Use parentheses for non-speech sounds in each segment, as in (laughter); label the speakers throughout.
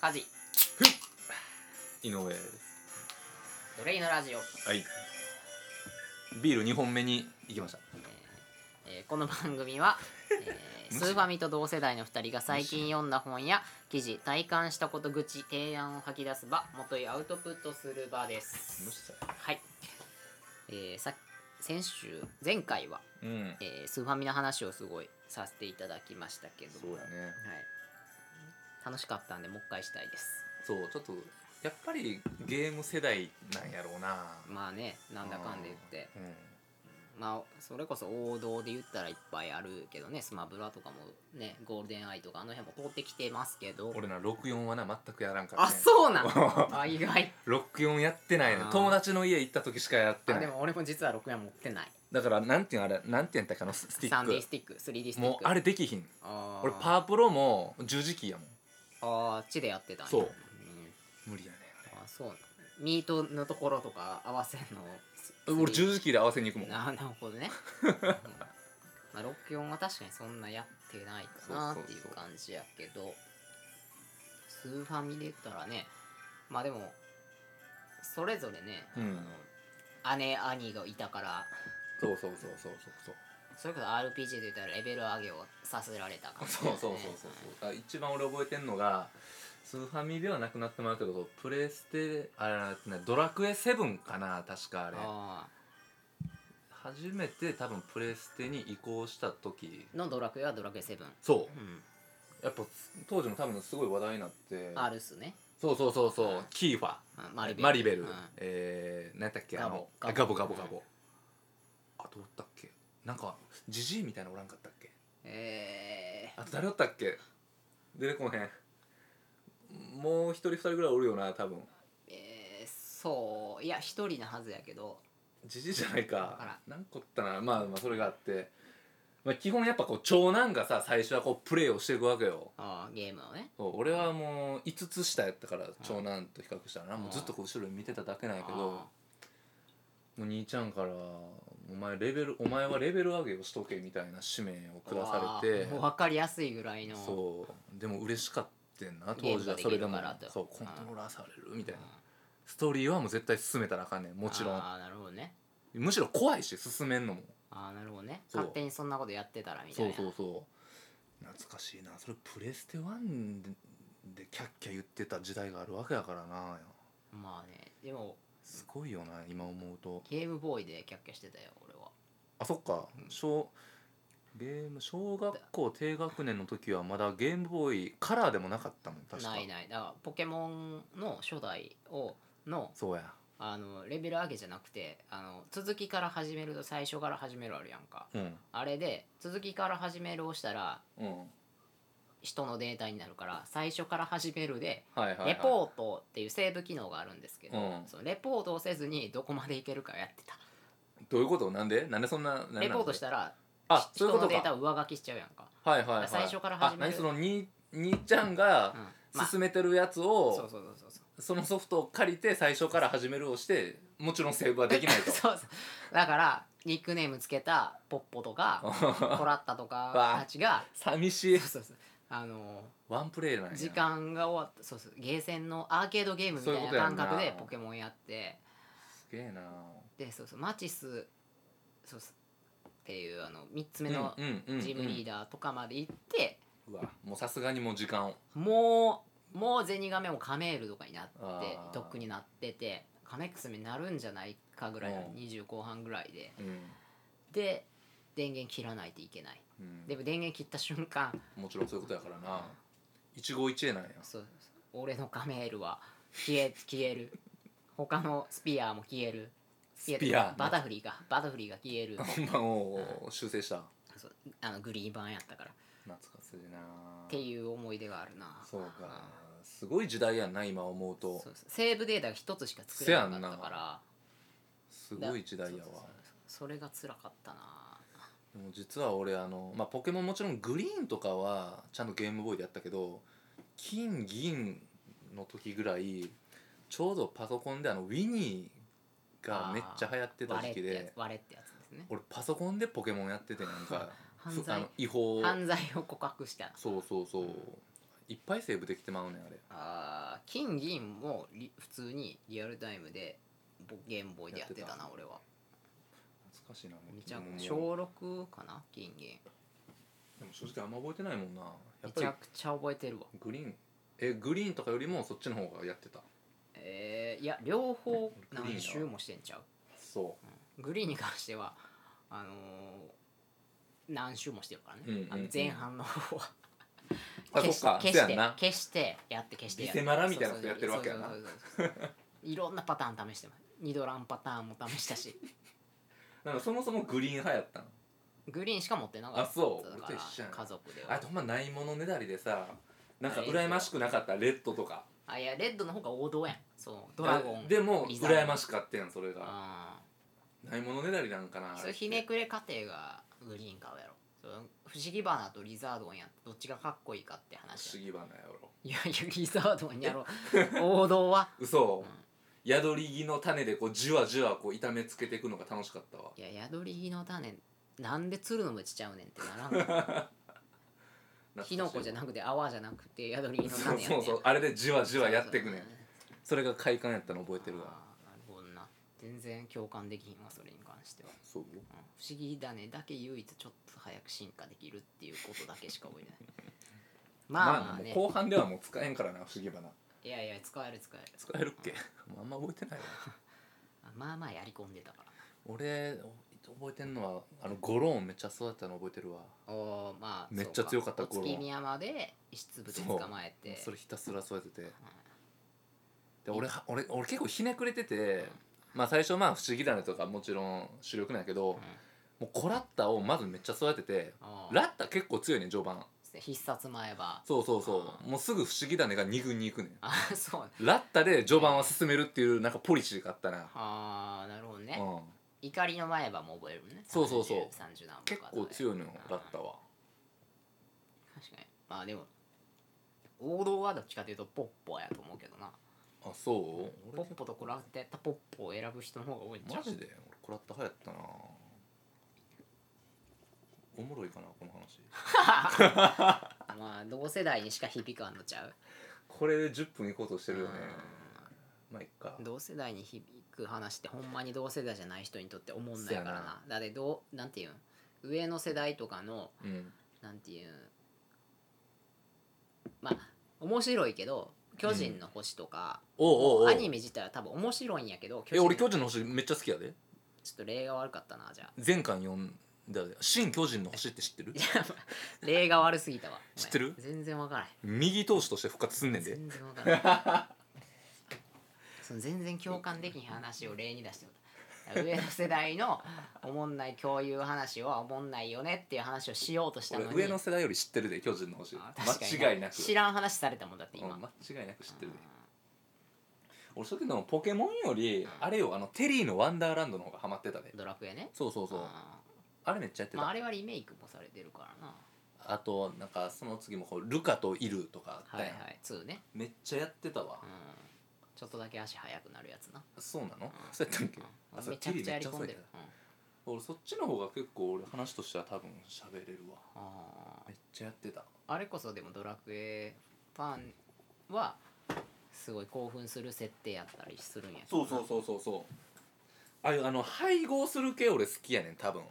Speaker 1: 家事
Speaker 2: 井上です
Speaker 1: 奴隷のラジオ、
Speaker 2: はいビール2本目に行きました
Speaker 1: えーこの番
Speaker 2: (laughs)
Speaker 1: 組は、えースーファミと同世代の2人が最近読んだ本や記事体感したこと愚痴提案を吐き出す場もといアウトプットする場ですはい、えーさ先週前回は、
Speaker 2: うん
Speaker 1: えースーファミの話をすごいさせていただきましたけど
Speaker 2: そう
Speaker 1: も、
Speaker 2: だ
Speaker 1: はい、
Speaker 2: ね
Speaker 1: 楽しかったんでもう一回したいです
Speaker 2: そうちょっとやっぱりゲーム世代なんやろうな
Speaker 1: まあねなんだかんで言って
Speaker 2: うん
Speaker 1: まあそれこそ王道で言ったらいっぱいあるけどねスマブラとかもねゴールデンアイとかあの辺も通ってきてますけど
Speaker 2: 俺な64はな全くやらんから、
Speaker 1: あ
Speaker 2: ね、
Speaker 1: そう (laughs) なのあ意外
Speaker 2: 64やってない
Speaker 1: あ
Speaker 2: の
Speaker 1: ー
Speaker 2: 友達の家行った時しかやって
Speaker 1: あ
Speaker 2: な
Speaker 1: で
Speaker 2: い
Speaker 1: も俺も実は6円持ってない
Speaker 2: だからなんていうんあれなんていうんやったかのススティッ
Speaker 1: 3D
Speaker 2: ク
Speaker 1: スティック 3D スティック
Speaker 2: もうあれできひん
Speaker 1: あー
Speaker 2: 俺パワープロも十字キーやもん
Speaker 1: あー地でやってたんや
Speaker 2: そうん無理やね
Speaker 1: あそうなのミートのところとか合わせんの
Speaker 2: あれ俺十字キーで合わせに行くもん
Speaker 1: (laughs) ななるほどね、うんまあ、64は確かにそんなやってないかなってい
Speaker 2: そうそ
Speaker 1: う
Speaker 2: うそう
Speaker 1: 感じやけどスーファミで言ったらねまあでもそれぞれね、
Speaker 2: うん
Speaker 1: あの姉兄がいたから
Speaker 2: そうそうそうそうそう
Speaker 1: それこそ RPG で言ったらレベル上げをさせられたから、ね、
Speaker 2: そうそうそうそうそう、あ一番俺覚えてんのがスーファミではなくなってもらうけどプレステあれ、ね、ドラクエ7かな確かあれ
Speaker 1: あ
Speaker 2: 初めて多分プレステに移行した時
Speaker 1: ーのドラクエはドラクエ7、
Speaker 2: そううやっぱ当時も多分すごい話題になって
Speaker 1: ん、あるっすね
Speaker 2: そうそうそうそう、
Speaker 1: うん
Speaker 2: キーファ
Speaker 1: あマリベル
Speaker 2: マリベル、
Speaker 1: うん
Speaker 2: えー、何やったっけ
Speaker 1: ガ
Speaker 2: あ
Speaker 1: ボ
Speaker 2: の
Speaker 1: ガボ
Speaker 2: あガボガボガボ、あとおったっけなんかジジイみたいなのおらんかったっけ
Speaker 1: え
Speaker 2: あと誰おったっけ出てこへんもう一人二人ぐらいおるよな多分
Speaker 1: ーえーそういや一人なはずやけど
Speaker 2: じじいじゃない
Speaker 1: あら
Speaker 2: か何個おったな、まあ、まあそれがあって、まあ、基本やっぱこう長男がさ最初はこうプレーをしていくわけよ
Speaker 1: あーゲームをね
Speaker 2: そう俺はもう5つ下やったから長男と比較したらなもうずっとこう後ろに見てただけなんやけどもう兄ちゃんから「お前レベルお前はレベル上げをしとけ」みたいな使命を下されて
Speaker 1: もう分かりやすいぐらいの
Speaker 2: そうでも嬉しかったんな
Speaker 1: ゲ
Speaker 2: 当
Speaker 1: ーム
Speaker 2: 時
Speaker 1: が
Speaker 2: はそ
Speaker 1: できる
Speaker 2: れでも
Speaker 1: からと
Speaker 2: そうコントローラーされるみたいな
Speaker 1: うん
Speaker 2: ストーリーはもう絶対進めたらあかんねんもちろん
Speaker 1: ああなるほどね
Speaker 2: むしろ怖いし進めんのも
Speaker 1: ああなるほどね
Speaker 2: そう
Speaker 1: 勝手にそんなことやってたらみたい
Speaker 2: そ
Speaker 1: な
Speaker 2: うそうそう懐かしいなそれプレステ1ででキャッキャ言ってた時代があるわけやからな
Speaker 1: まあねでも
Speaker 2: すごいよな今思うと
Speaker 1: ゲームボーイでキャッキャしてたよ俺は
Speaker 2: あそっか小ゲーム小学校低学年の時はまだゲームボーイカラーでもなかったもん確か
Speaker 1: ないないだからポケモンの初代をの
Speaker 2: そうや
Speaker 1: あのレベル上げじゃなくてあの続きから始めると最初から始めるあるやんか
Speaker 2: うん
Speaker 1: あれで続きから始めるをしたら
Speaker 2: うん
Speaker 1: 人のデータになるから最初から始めるで
Speaker 2: はいはい、はい、
Speaker 1: レポートっていうセーブ機能があるんですけど、
Speaker 2: うん
Speaker 1: そのレポートをせずにどこまでいけるかやってた
Speaker 2: どういうことなんでなんでそんななんなん
Speaker 1: レポートしたら
Speaker 2: あ
Speaker 1: ひ
Speaker 2: そういう
Speaker 1: 人
Speaker 2: こと
Speaker 1: のデータ
Speaker 2: か
Speaker 1: を上書きしちゃうやんか、
Speaker 2: はいはいはい
Speaker 1: 最初から始める
Speaker 2: あ何そのに兄ちゃんが
Speaker 1: うんまあ、そう
Speaker 2: 進めてるやつを、
Speaker 1: そうそうそうそう
Speaker 2: そのソフトを借りて最初から始めるをしてもちろんセーブはできないと
Speaker 1: (laughs) そうそうだからニックネームつけたポッポとかトラッタとか
Speaker 2: わ
Speaker 1: たちが
Speaker 2: (laughs) 寂しい
Speaker 1: そうそうそうあの
Speaker 2: ワンプレイなんや
Speaker 1: 時間が終わったそうそうゲーセンのアーケードゲームみた
Speaker 2: そういう
Speaker 1: い
Speaker 2: こ
Speaker 1: な
Speaker 2: とや
Speaker 1: 感
Speaker 2: んな
Speaker 1: 覚でポケモンやって
Speaker 2: すげえな
Speaker 1: でそうそうマチスそうそうっていうあの3つ目の
Speaker 2: うんうんうん
Speaker 1: ジムリーダーとかまで行って、
Speaker 2: うんうわもうさすがにもう時間を
Speaker 1: もうもうゼニガメもカメールとかになって
Speaker 2: あー
Speaker 1: とっくになっててカメックスになるんじゃないかぐらいの
Speaker 2: うん
Speaker 1: 20後半ぐらいで
Speaker 2: うん、
Speaker 1: で電源切らないといけない
Speaker 2: うん、
Speaker 1: でも電源切った瞬間
Speaker 2: もちろんそういうことやからな一期一会なんや
Speaker 1: そう俺のカメールは消え消える他のスピアーも消えるス
Speaker 2: ピアー
Speaker 1: バタフリーかバタフリーが消える
Speaker 2: 本番を修正した
Speaker 1: そうあのグリーン版やったからっ
Speaker 2: 懐かしいな
Speaker 1: ていう思い出があるな
Speaker 2: そうかすごい時代やんな今思う
Speaker 1: うん
Speaker 2: と
Speaker 1: そうそうセーブデータが一つしか作れなかった
Speaker 2: せやん
Speaker 1: から
Speaker 2: すごい時代や
Speaker 1: そうそう
Speaker 2: わ
Speaker 1: そうそれが辛かったな
Speaker 2: でも実は俺あの、まあ、ポケモンもちろんグリーンとかはちゃんとゲームボーイでやったけど金銀の時ぐらいちょうどパソコンであのウィニーがめっちゃ流行ってた
Speaker 1: 割れ
Speaker 2: 時
Speaker 1: っ
Speaker 2: 期
Speaker 1: てやつ
Speaker 2: で
Speaker 1: 割れってやつですね
Speaker 2: 俺パソコンでポケモンやっててなんか
Speaker 1: (laughs) 犯罪
Speaker 2: ふあの違法
Speaker 1: 犯罪を告白した
Speaker 2: そうそうそう、いっぱいセーブできてまうねんあれ
Speaker 1: あー金銀もリ普通にリアルタイムでボゲームボーイでやってた
Speaker 2: やって
Speaker 1: な
Speaker 2: た
Speaker 1: 俺は
Speaker 2: 懐かしいなもう
Speaker 1: めちゃ
Speaker 2: もうもう
Speaker 1: 小6かな金銀
Speaker 2: でも正直あんま覚えてないもんなや
Speaker 1: め
Speaker 2: っぱ
Speaker 1: ち
Speaker 2: り
Speaker 1: ゃくちゃ覚えてるわ
Speaker 2: グリーンえグリーンとかよりもそっちの方がやってた
Speaker 1: えーいや両方
Speaker 2: グリーンは
Speaker 1: 何周もしてんちゃう
Speaker 2: そ
Speaker 1: グリーンに関してはあのー何周もしてるからね、
Speaker 2: うんうんうん
Speaker 1: あの前半の方は
Speaker 2: あ
Speaker 1: 消
Speaker 2: そ
Speaker 1: し
Speaker 2: っか
Speaker 1: 消
Speaker 2: そ
Speaker 1: し
Speaker 2: うや
Speaker 1: て
Speaker 2: んな
Speaker 1: 消してやって消してやって
Speaker 2: リセマラみたいなことやってるわけやな
Speaker 1: そうそうそうそういろんなパターン試してます二度ランパターンも試し
Speaker 2: (laughs)
Speaker 1: たし
Speaker 2: うなんかそもそもグリーン派やったん
Speaker 1: グリーンしか持ってなかった
Speaker 2: あそう
Speaker 1: だから
Speaker 2: 俺と一緒やな
Speaker 1: 家族で
Speaker 2: あ
Speaker 1: は
Speaker 2: とほんまないものねだりでさなんか
Speaker 1: あれ
Speaker 2: 羨ましくなかったレッドとか
Speaker 1: あいやレッドの方が王道やんそうドラゴン
Speaker 2: でも
Speaker 1: リザード
Speaker 2: 羨ましかったやんそれが
Speaker 1: あ
Speaker 2: ないものねだりなんかなあ
Speaker 1: あ
Speaker 2: れ
Speaker 1: そういうひねくれ家庭がグリーン買うやろそう不思議花とリザードンやんどっちがかっこいいかって
Speaker 2: 不
Speaker 1: 話
Speaker 2: 思
Speaker 1: やん
Speaker 2: 議花やろ
Speaker 1: いやいやリザードンや
Speaker 2: (laughs)
Speaker 1: ろ王道は
Speaker 2: 嘘、
Speaker 1: うん
Speaker 2: 宿り木の種でこうじわじわこう炒めつけていくのが楽しかったわ
Speaker 1: いや宿り木の種なんでつるのもちちゃうねんってならんかキノコじゃ
Speaker 2: な
Speaker 1: なくて泡じゃなくて宿り木の
Speaker 2: そう
Speaker 1: 種やねん
Speaker 2: そうそうあれでじわじわやってく
Speaker 1: そう
Speaker 2: ね
Speaker 1: そ
Speaker 2: ん
Speaker 1: う
Speaker 2: それが快感やったの覚えてるわ
Speaker 1: あーなるほどな全然共感できひんわそれに関しては、
Speaker 2: そう
Speaker 1: うん不思議だねだけ唯一ちょっと早く進化できるっていうことだけしか覚えてない
Speaker 2: (laughs)
Speaker 1: まあまあね
Speaker 2: もう後半ではもう使えんからな不思議花
Speaker 1: いやいや使える使える
Speaker 2: 使えるっけもうあんま覚えてないわ
Speaker 1: あまあまあやり込んでたから
Speaker 2: 俺お覚えてんのはあのゴローンめっちゃ育てたの覚えてるわ
Speaker 1: おーまあ
Speaker 2: めっちゃ強かった頃
Speaker 1: 頃月見山で石粒で捕まえて
Speaker 2: それひたすら育てて
Speaker 1: うん
Speaker 2: で俺は俺俺結構ひねくれててまあ最初まあ不思議だねとかもちろん主力なんやけど、
Speaker 1: うん
Speaker 2: もうコラッタをまずめっちゃ育てて
Speaker 1: あー
Speaker 2: ラッタ結構強いね序盤
Speaker 1: 必殺前歯
Speaker 2: そうそうそ
Speaker 1: あ
Speaker 2: うもうすぐ不思議だねが2軍に行くねん
Speaker 1: あそう
Speaker 2: ラッタで序盤は進めるっていうなんかポリシーがあったな、
Speaker 1: あーなるほどね、
Speaker 2: うん、
Speaker 1: 怒りの前歯も覚えるもんね
Speaker 2: そうそうそう
Speaker 1: 30何
Speaker 2: 結構強いのよラッタ
Speaker 1: は
Speaker 2: は
Speaker 1: 確かにまあでも王道はどっちかというとポッポやと思うけどな
Speaker 2: あそう
Speaker 1: ポ
Speaker 2: 俺
Speaker 1: ッポとコラってやったポッポを選ぶ人の方が多いんちゃ
Speaker 2: マ
Speaker 1: う
Speaker 2: ジで俺コラッタ流行ったなおもろいかなこの話
Speaker 1: まあ同世代にしか響かんのちゃう
Speaker 2: (laughs) これで10分いこうとしてるよねまあいっか
Speaker 1: 同世代に響く話ってほんまに同世代じゃない人にとって思んないからな
Speaker 2: そ
Speaker 1: だってどうなんていうん上の世代とかの
Speaker 2: うん
Speaker 1: なんていうんまあ面白いけど「巨人の星」とか、
Speaker 2: おうおうおう
Speaker 1: アニメ自体は多分面白いんやけど
Speaker 2: え俺巨
Speaker 1: の
Speaker 2: 人の星めっちゃ好きやで
Speaker 1: ちょっと例が悪かったなじゃあ (laughs)
Speaker 2: 前回読んだで「新巨人の星」って知ってる
Speaker 1: 例が悪すぎたわ
Speaker 2: 知ってる
Speaker 1: ごめん全然わからへん
Speaker 2: 右投手として復活すんねんで
Speaker 1: 全然わからへ
Speaker 2: (laughs)
Speaker 1: んその全然共感できひん話を例に出してもらった上の世代のおもんない共有話はおもんないよねっていう話をしようとしたのに
Speaker 2: 俺上の世代より知ってるで巨人の星
Speaker 1: あ確かに
Speaker 2: 間違いなく
Speaker 1: 知らん話されたもんだって
Speaker 2: うん
Speaker 1: 今、
Speaker 2: 間違いなく知ってるで俺そういうのポケモンよりあれよあのテリーのワンダーランドの方がハマってたで
Speaker 1: ドラクエね
Speaker 2: そうそうそう
Speaker 1: あ
Speaker 2: あれめっちゃやっ
Speaker 1: ー
Speaker 2: てた、
Speaker 1: まあ、
Speaker 2: あ
Speaker 1: あ、れはリメイクもされてるからな
Speaker 2: となんかその次もこうルカとイルとかあった
Speaker 1: はいは
Speaker 2: やん
Speaker 1: い2ね、
Speaker 2: めっちゃやってたわ
Speaker 1: うん、ちょっとだけ足速くなるやつな、
Speaker 2: そうなの、
Speaker 1: ん
Speaker 2: そうやったんけ、
Speaker 1: う
Speaker 2: あ
Speaker 1: ん
Speaker 2: そう
Speaker 1: めちゃくちゃやり
Speaker 2: テリー
Speaker 1: 込ん
Speaker 2: めっ
Speaker 1: で
Speaker 2: ち
Speaker 1: る
Speaker 2: ゃ、遅い俺そっちの方が結構俺話としては多分喋れるわ
Speaker 1: うんあー
Speaker 2: めっちゃやってた
Speaker 1: あれこそでもドラクエファンはすごい興奮する設定やったりするんやけど
Speaker 2: そうそうそうそうそうああいうあの配合する系俺好きやねん多分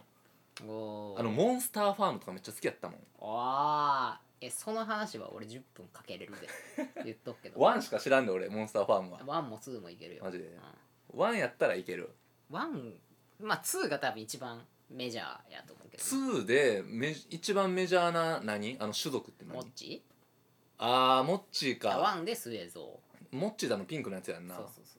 Speaker 1: おー
Speaker 2: あのモンスターファームとかめっちゃ好きやったもん
Speaker 1: あーえその話は俺10分かけれる
Speaker 2: (laughs)
Speaker 1: で言っとくけど
Speaker 2: ワンしか知らんで俺モンスターファームは
Speaker 1: ワンもツーもいけるよ
Speaker 2: マジで
Speaker 1: うん
Speaker 2: ワンやったらいける
Speaker 1: ワンまあツーが多分一番メジャーやと思うけど
Speaker 2: 2でめ一番メジャーな何あの種族って
Speaker 1: モッ
Speaker 2: 何
Speaker 1: チ
Speaker 2: あーモッチー
Speaker 1: ワ
Speaker 2: か
Speaker 1: ンでスエゾ
Speaker 2: モッチーだのピンクのやつやん
Speaker 1: ウ
Speaker 2: な
Speaker 1: そ
Speaker 2: そう
Speaker 1: そうそう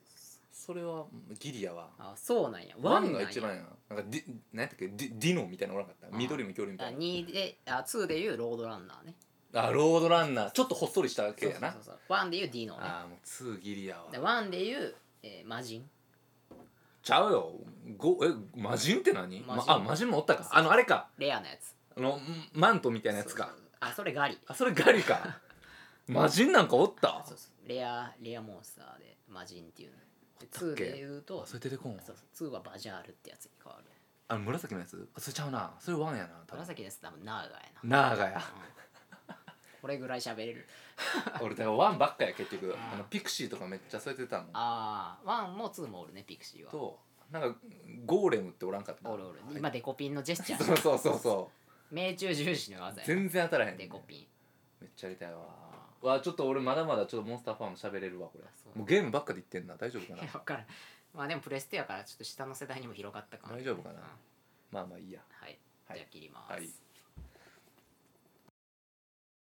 Speaker 1: そう
Speaker 2: れはギリやわ
Speaker 1: あそうなんや
Speaker 2: ワ
Speaker 1: なん
Speaker 2: ン
Speaker 1: や
Speaker 2: が一番やななんかディ何やったっけディディノみたいなのおらんかった
Speaker 1: ー
Speaker 2: 緑も恐竜みた
Speaker 1: あ
Speaker 2: い
Speaker 1: 2であ2でいうロードランナーね
Speaker 2: なあロードランナーちょっとほっそりした系やな
Speaker 1: そうそうそうワンでいうディノね
Speaker 2: ああもう2ギリやわ
Speaker 1: でワンでいう、えー、魔人
Speaker 2: ちゃうよごえ魔人って何
Speaker 1: 魔
Speaker 2: ま
Speaker 1: 人
Speaker 2: あ魔人もおったかあのあれか
Speaker 1: レアなやつ
Speaker 2: あのんマントみたいなやつか
Speaker 1: そうそうあそれガリ
Speaker 2: あそれガリ
Speaker 1: (laughs)
Speaker 2: か魔人なんかおった
Speaker 1: そうそうレアレアモンスターで魔人っていうので
Speaker 2: た
Speaker 1: 2
Speaker 2: っけ
Speaker 1: で言うと
Speaker 2: あそれ出てこんわ
Speaker 1: そうそう2はバジャールってやつに変わる
Speaker 2: あの紫のやつあそれちゃうなそれワンやな多分
Speaker 1: (laughs) 紫のやつ多分ナーガやな
Speaker 2: ナーガや
Speaker 1: これぐらい喋れる
Speaker 2: 俺だからワンばっかや結局
Speaker 1: あー
Speaker 2: あのピクシーとかめっちゃ添えてたもん
Speaker 1: ああワンもツーもおるねピクシーは
Speaker 2: となんかゴーレムっておらんかった
Speaker 1: おるおる今デコピンのジェスチャー
Speaker 2: そうそうそうそ
Speaker 1: 命中重視の
Speaker 2: う
Speaker 1: 技や
Speaker 2: 全然当たらへん
Speaker 1: デコピン
Speaker 2: めっちゃやりたいわうわちょっと俺まだまだちょっとモンスターファーム喋れるわこれ
Speaker 1: あそう
Speaker 2: もうゲームばっかで言ってんな大丈夫か
Speaker 1: (laughs) いや
Speaker 2: な
Speaker 1: 分からんまあでもプレステやからちょっと下の世代にも広がったかも
Speaker 2: 大丈夫かな
Speaker 1: うん
Speaker 2: まあまあいいや
Speaker 1: はい、
Speaker 2: はい
Speaker 1: じゃあ切ります、
Speaker 2: はい